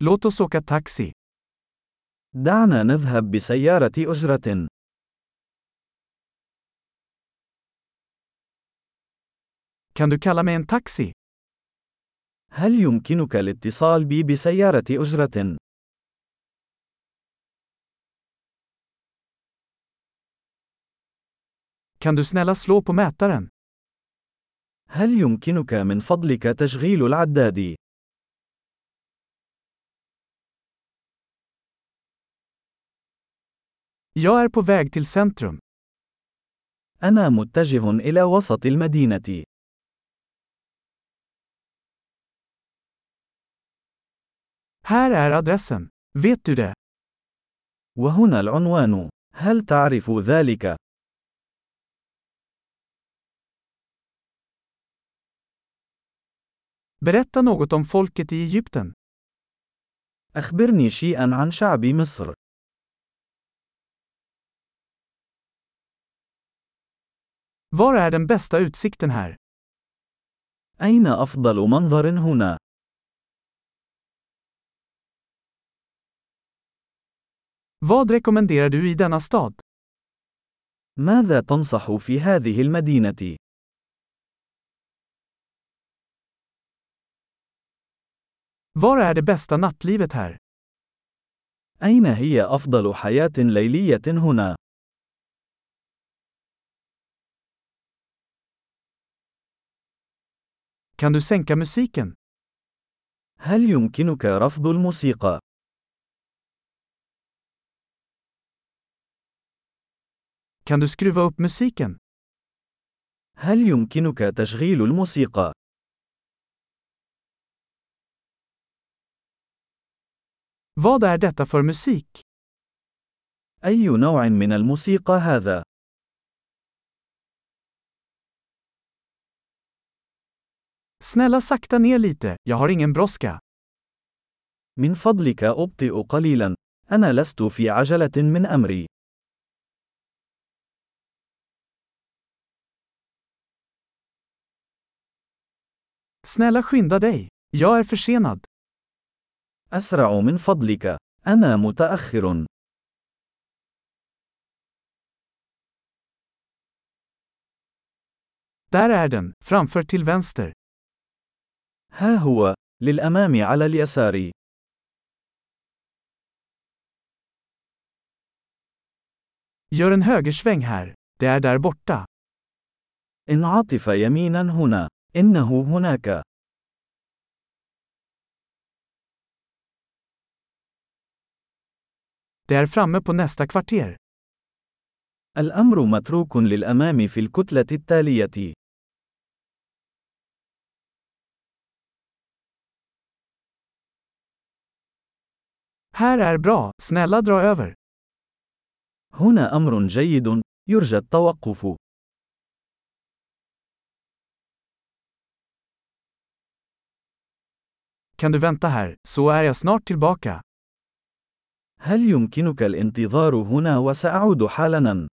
Låt oss åka taxi. دعنا نذهب بسيارة أجرة. Kan du kalla mig en taxi? هل يمكنك الاتصال بي بسيارة أجرة؟ Kan du snälla slå på mätaren? هل يمكنك من فضلك تشغيل العداد؟ Jag är på väg till centrum. أنا متجه إلى وسط المدينة. Här är adressen. Vet du det? وهنا العنوان. هل تعرف ذلك؟ Berätta något om folket i Egypten. أخبرني شيئا عن شعب مصر. Var är den bästa utsikten här? أين أفضل منظر هنا؟ Vad rekommenderar du i denna stad? ماذا تنصح في هذه المدينة؟ Var är det bästa nattlivet här? أين هي أفضل حياة ليلية هنا؟ Kan du sänka musiken? هل يمكنك رفض الموسيقى؟ Kan du skruva upp musiken? هل يمكنك تشغيل الموسيقى؟ Vad är detta för musik? أي نوع من الموسيقى هذا؟ Snälla sakta ner lite, jag har ingen brådska. من فضلك أبطئ قليلا. أنا لست في عجلة من أمري. Snälla skynda dig. Jag är försenad. أسرع من فضلك. أنا متأخر. Där är den, framför till vänster. ها هو. للأمام على اليسار. Gör en högersväng här. Det är där borta. انعطف يمينا هنا. إنه هناك. Det är framme på nästa kvarter. الأمر متروك للأمام في الكتلة التالية. Här är bra, snälla dra över. هنا أمر جيد. يرجى التوقف. Kan du vänta här, så är jag snart tillbaka. هل يمكنك الانتظار هنا وسأعود حالاً؟